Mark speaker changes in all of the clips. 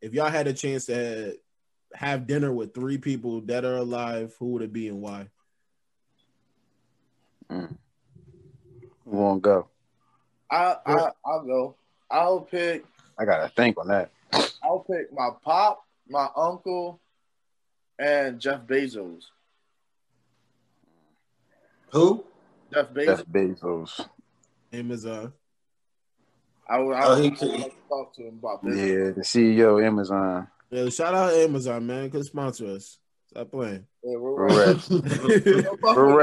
Speaker 1: if y'all had a chance to have dinner with three people that are alive, who would it be and why?
Speaker 2: Mm. Who won't go?
Speaker 3: I, I I'll go. I'll pick.
Speaker 2: I gotta think on that.
Speaker 3: I'll pick my pop, my uncle, and Jeff Bezos.
Speaker 4: Who?
Speaker 3: Jeff Bezos.
Speaker 2: Jeff Bezos.
Speaker 1: Amazon.
Speaker 3: I would. I
Speaker 4: Oh,
Speaker 3: would,
Speaker 4: he
Speaker 3: I would
Speaker 4: could-
Speaker 3: like to talk to him about this.
Speaker 2: Yeah, the CEO of Amazon.
Speaker 1: Yeah, shout out Amazon, man. Could sponsor us. Stop playing.
Speaker 3: Yeah, we're, we're,
Speaker 2: Correct. Correct.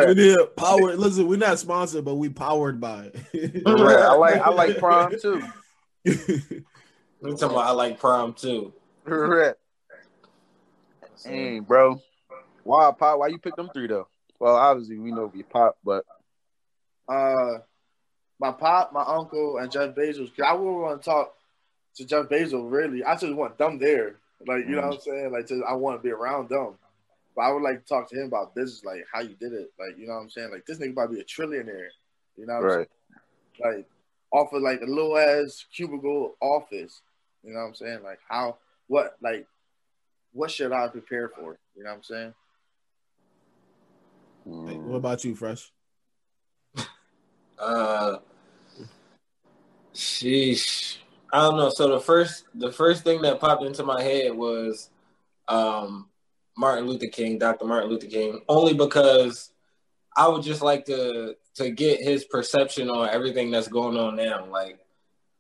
Speaker 1: We need a power. Listen, we're not sponsored, but we powered by it.
Speaker 2: Correct. I like I like Prime too.
Speaker 4: I'm talking about I like prom too.
Speaker 2: Correct. Dang, bro. Why pop? Why you pick them three though? Well, obviously we know we pop, but
Speaker 3: uh, my pop, my uncle, and Jeff Bezos. 'Cause I would want to talk to Jeff Bezos. Really, I just want them there. Like
Speaker 4: Mm.
Speaker 3: you know what I'm saying? Like just, I want to be around them. But I would like to talk to him about business, like how you did it. Like you know what I'm saying? Like this nigga about to be a trillionaire. You know what
Speaker 2: right.
Speaker 3: I'm saying? Like off of like a little ass cubicle office. You know what I'm saying? Like how what like what should I prepare for? You know what I'm saying?
Speaker 1: what about you, Fresh?
Speaker 4: Uh, sheesh. I don't know. So the first the first thing that popped into my head was um, Martin Luther King, Dr. Martin Luther King, only because I would just like to to get his perception on everything that's going on now, like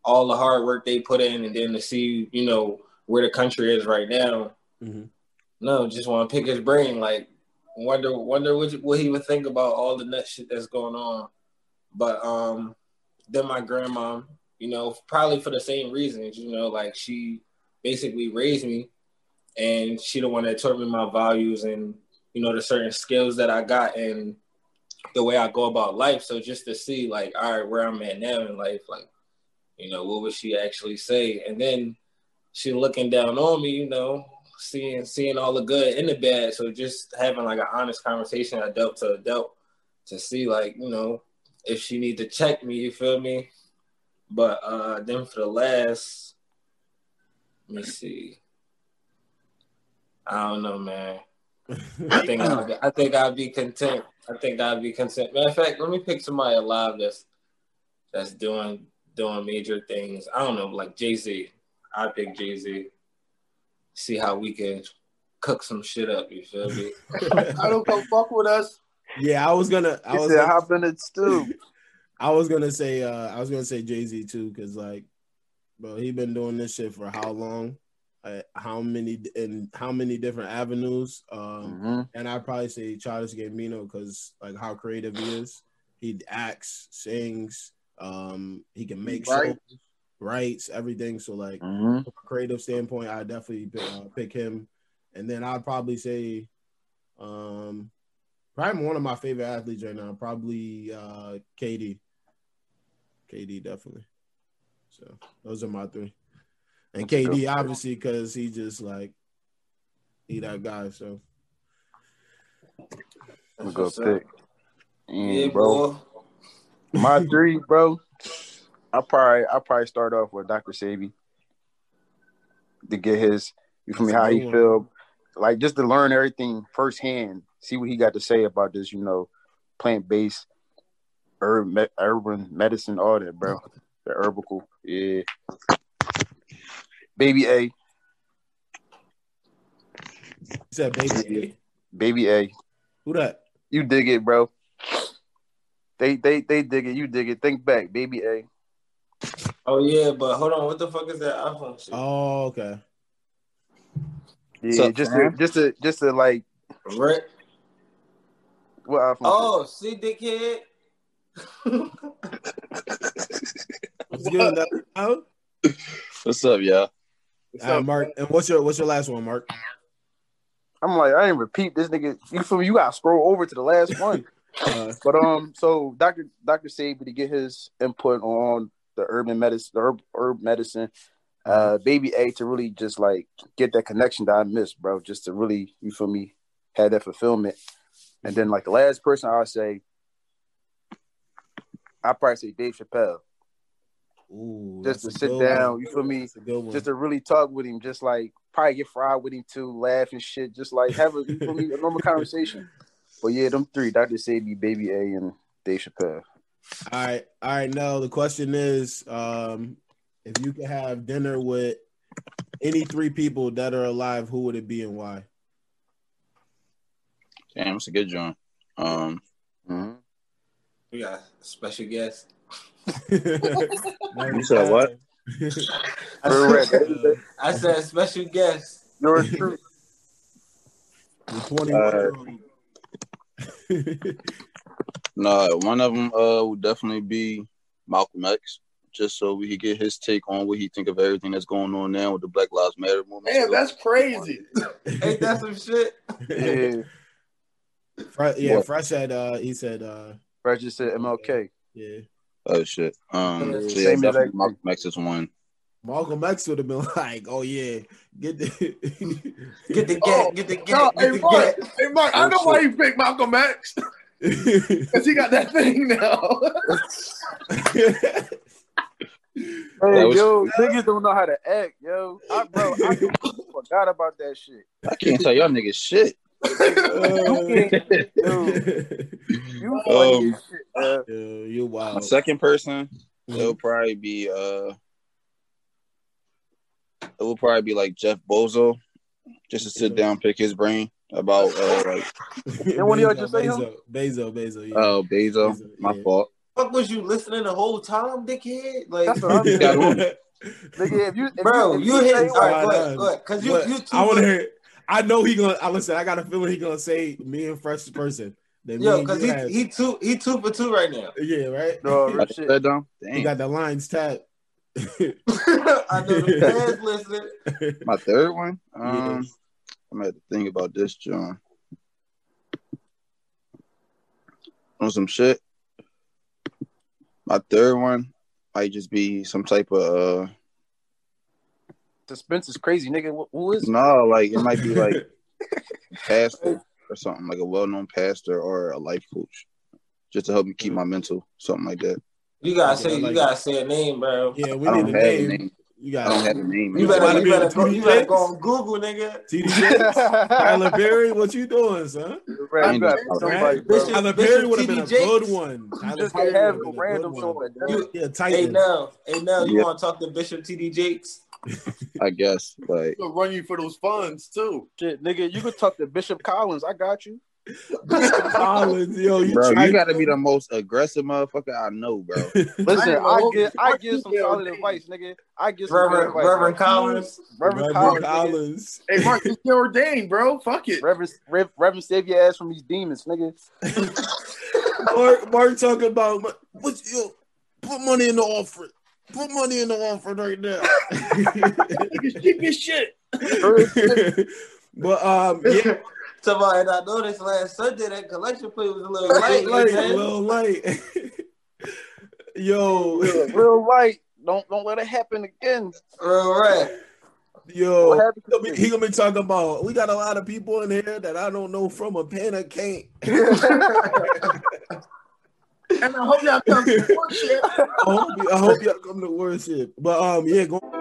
Speaker 4: all the hard work they put in, and then to see you know where the country is right now.
Speaker 1: Mhm.
Speaker 4: No, just want to pick his brain, like wonder wonder what, what he would think about all the nut shit that's going on. But um, then my grandma, you know, probably for the same reasons, you know, like she basically raised me, and she the one that taught me my values and you know the certain skills that I got and the way I go about life. So just to see like, all right, where I'm at now in life, like, you know, what would she actually say? And then she looking down on me, you know, seeing seeing all the good and the bad. So just having like an honest conversation adult to adult to see like, you know, if she need to check me, you feel me? But uh then for the last let me see. I don't know, man. I think I'd be, I think I'd be content. I think I'd be content. Matter of fact, let me pick somebody alive that's that's doing doing major things. I don't know, like Jay Z. I pick Jay Z. See how we can cook some shit up. You feel me?
Speaker 3: I don't come fuck with us.
Speaker 1: yeah, I was gonna. I
Speaker 2: I
Speaker 1: was.
Speaker 2: said,
Speaker 1: gonna-
Speaker 2: "Hop in it too."
Speaker 1: I was gonna say. Uh, I was gonna say Jay Z too, because like, bro, he been doing this shit for how long? Uh, how many and how many different avenues? Um,
Speaker 2: Mhm.
Speaker 1: and I'd probably say Childish Gambino because like how creative he is. He acts, sings, um, he can make
Speaker 3: Right.
Speaker 1: shows, writes everything. So like
Speaker 2: Mhm.
Speaker 1: from a creative standpoint, I definitely pick, uh, pick him. And then I'd probably say, um, probably one of my favorite athletes right now, probably uh, KD. KD definitely. So those are my three. And
Speaker 2: That's a good
Speaker 1: KD
Speaker 2: one.
Speaker 1: obviously because he just like he that guy. So
Speaker 2: That's a
Speaker 4: That's
Speaker 2: good
Speaker 4: what's
Speaker 2: pick.
Speaker 4: up.
Speaker 2: Mm,
Speaker 4: Yeah,
Speaker 2: bro.
Speaker 4: bro.
Speaker 2: My three, bro. I probably I probably start off with Dr. Sabi to get his you feel me
Speaker 1: That's a
Speaker 2: how
Speaker 1: good
Speaker 2: he
Speaker 1: one.
Speaker 2: feel like just to learn everything firsthand, see what he got to say about this, you know, plant based herb me- urban medicine, all that, bro. The herbical, yeah. Baby A,
Speaker 1: He said, baby,
Speaker 2: Yeah. baby A,
Speaker 1: who that?
Speaker 2: you dig it, bro. They they they dig it, you dig it. Think back, baby A.
Speaker 4: Oh yeah, but hold on. What the fuck is that iPhone shit?
Speaker 1: Oh, okay.
Speaker 2: Yeah,
Speaker 4: So-
Speaker 2: just to, just to just to like
Speaker 4: Right.
Speaker 2: what iPhone?
Speaker 4: Oh, see, dickhead.
Speaker 1: What's good? Oh,
Speaker 5: What's up, y'all?
Speaker 3: It's
Speaker 5: Ah,
Speaker 1: all right,
Speaker 3: not-
Speaker 1: Mark. And what's your what's your last one, Mark?
Speaker 2: I'm like, I didn't repeat this nigga. You feel me? You gotta scroll over to the last one.
Speaker 1: Uh,
Speaker 2: But um, so Doctor Doctor Sabi to get his input on the urban medicine, the herb, herb medicine. Uh, baby A to really just like get that connection that I missed, bro. Just to really, you feel me, had that fulfillment. And then like the last person I would say, I probably say Dave Chappelle.
Speaker 1: Ooh, that's
Speaker 2: Just to
Speaker 1: a
Speaker 2: sit
Speaker 1: good
Speaker 2: down,
Speaker 1: one.
Speaker 2: you feel me?
Speaker 1: That's a good one.
Speaker 2: just to really talk with him, just like probably get fried with him too, laugh and shit, just like have a, you feel me, a normal conversation. But yeah, them three, Dr. Sabi, Baby A, and Dave Chappelle.
Speaker 1: All right, all right. Now the question is, um, if you could have dinner with any three people that are alive, who would it be and why?
Speaker 5: Damn, it's a good joint. Um,
Speaker 2: Mm-hmm.
Speaker 4: We got a special guest.
Speaker 1: you
Speaker 5: said what?
Speaker 2: Correct.
Speaker 4: I said special guest.
Speaker 2: Your truth. Uh,
Speaker 1: Twenty-one.
Speaker 5: no, one of them uh would definitely be Malcolm X, just so we could get his take on what he think of everything that's going on now with the Black Lives Matter movement.
Speaker 3: Man, that's crazy.
Speaker 4: Ain't that some shit?
Speaker 2: Yeah.
Speaker 1: Fre- yeah,
Speaker 5: What?
Speaker 1: Fresh said. Uh, he said. Uh,
Speaker 2: Brad just said MLK.
Speaker 1: yeah,
Speaker 5: oh shit. Um, so yeah,
Speaker 2: Same
Speaker 5: definitely
Speaker 2: exact-
Speaker 5: Malcolm X is one.
Speaker 1: Malcolm X would have been like, "Oh yeah, get the."
Speaker 4: Get the get,
Speaker 3: Oh,
Speaker 4: get the get,
Speaker 3: No,
Speaker 4: get
Speaker 3: hey,
Speaker 4: the
Speaker 3: Mark,
Speaker 4: get.
Speaker 3: hey, Mark, I know why you picked Malcolm X because he got that thing now.
Speaker 5: That
Speaker 2: Hey,
Speaker 5: was-
Speaker 2: yo, niggas don't know how to act, yo. I, bro, I forgot about that shit.
Speaker 5: I can't tell y'all niggas shit.
Speaker 1: Uh,
Speaker 2: Yo, you funny
Speaker 5: Um,
Speaker 2: as shit, man.
Speaker 1: Yo, you
Speaker 5: My
Speaker 1: wild.
Speaker 5: second person,
Speaker 1: Mm-hmm.
Speaker 5: it'll probably be uh, it will probably be like Jeff Bozo, just to sit down, pick his brain about uh, like
Speaker 2: And what do y'all just say,
Speaker 1: Bezo, Bezo, Bezo, yeah.
Speaker 5: oh Bezo,
Speaker 1: Bezo,
Speaker 5: my
Speaker 1: yeah.
Speaker 5: fault.
Speaker 4: Fuck was you listening the whole time, dickhead? Like,
Speaker 2: That's what I'm saying.
Speaker 5: got one.
Speaker 2: Nigga, if you, if
Speaker 4: bro,
Speaker 2: if
Speaker 4: you hitting.
Speaker 2: say
Speaker 4: All
Speaker 1: Why
Speaker 4: right, go ahead,
Speaker 1: not?
Speaker 4: go ahead. Cause you,
Speaker 1: But
Speaker 4: you two.
Speaker 1: I want to hear. I know he gonna. I listen. I got a feeling he gonna say me and first person. That me
Speaker 4: Yo,
Speaker 1: and
Speaker 4: cause
Speaker 1: you
Speaker 4: he
Speaker 1: have-
Speaker 4: he two he two for two right now.
Speaker 1: yeah, right.
Speaker 2: No,
Speaker 5: I
Speaker 2: real
Speaker 5: just
Speaker 2: shit.
Speaker 5: said down.
Speaker 1: He
Speaker 5: Dang,
Speaker 1: got the lines tapped.
Speaker 4: I know the fans listening.
Speaker 5: my third one. Um,
Speaker 1: Yeah.
Speaker 5: I'm gonna have to think about this, John. On some shit. My third one might just be some type of uh,
Speaker 2: Suspense is crazy, nigga. Wh- Who is?
Speaker 5: no, like it might be like pastor or something, like a well-known pastor or a life coach, just to help me keep my mental, something like that.
Speaker 4: You
Speaker 1: Okay,
Speaker 4: gotta
Speaker 1: I
Speaker 4: say
Speaker 1: like
Speaker 4: you
Speaker 1: it.
Speaker 4: gotta say a name, bro.
Speaker 1: yeah, we
Speaker 5: I
Speaker 1: need
Speaker 5: don't
Speaker 1: a
Speaker 5: have a
Speaker 1: name.
Speaker 5: name.
Speaker 1: You
Speaker 5: I don't
Speaker 1: got
Speaker 5: have a name.
Speaker 4: You
Speaker 1: It's about
Speaker 4: better,
Speaker 1: to be
Speaker 4: you better,
Speaker 1: the
Speaker 4: go,
Speaker 1: two
Speaker 4: you better
Speaker 1: hits.
Speaker 4: go on Google, nigga.
Speaker 1: TD Tyler Perry. What you doing, son?
Speaker 2: Bro, you gotta pick
Speaker 5: Right.
Speaker 2: somebody, bro.
Speaker 4: Bishop-
Speaker 1: Tyler Perry
Speaker 4: Bishop
Speaker 1: would have been a
Speaker 4: TD
Speaker 1: good
Speaker 4: Jakes.
Speaker 1: one.
Speaker 2: You
Speaker 1: Tyler
Speaker 2: just
Speaker 1: Perry would
Speaker 2: can't have
Speaker 1: have
Speaker 2: no
Speaker 1: been a good
Speaker 2: random
Speaker 1: one.
Speaker 2: someone. dog.
Speaker 1: Yeah,
Speaker 4: Hey
Speaker 1: Titan.
Speaker 4: now, hey now, you
Speaker 5: Yeah.
Speaker 4: want to talk to Bishop TD Jakes?
Speaker 5: I guess like
Speaker 3: He'll run you for those funds too.
Speaker 2: Shit, nigga, you could talk to Bishop Collins. I got you.
Speaker 1: Collins, yo, you
Speaker 5: bro,
Speaker 1: tried-
Speaker 5: you gotta be the most aggressive motherfucker I know, bro.
Speaker 2: Listen,
Speaker 3: know.
Speaker 2: I get, I
Speaker 3: Fuck
Speaker 2: get some
Speaker 3: you,
Speaker 2: solid
Speaker 3: LD.
Speaker 2: advice, nigga. I get some good
Speaker 4: Reverend
Speaker 2: advice.
Speaker 4: Reverend Collins.
Speaker 2: Reverend,
Speaker 1: Reverend
Speaker 2: Collins, nigga.
Speaker 1: Collins.
Speaker 3: Hey, Mark, you get ordained, bro. Fuck it.
Speaker 2: Reverend, Rev, Reverend, save your ass from these demons, nigga.
Speaker 1: Mark, Mark talking about "What- what you put money in the offering. Put money in the offering right now.
Speaker 3: Niggas cheap as shit.
Speaker 1: but um, yeah,
Speaker 4: Somebody and I noticed last Sunday that collection plate was a little
Speaker 1: light,
Speaker 4: light.
Speaker 1: light,
Speaker 4: man.
Speaker 1: little light. yo,
Speaker 2: Real light. Don't, don't let it happen again.
Speaker 4: Real right.
Speaker 1: yo.
Speaker 2: What happened?
Speaker 1: He gonna, be, he gonna be talking about we got a lot of people in here that I don't know from a pen of can't.
Speaker 3: And I hope y'all come support shit.
Speaker 1: I hope, y- I hope y'all come to worship. But um, yeah, go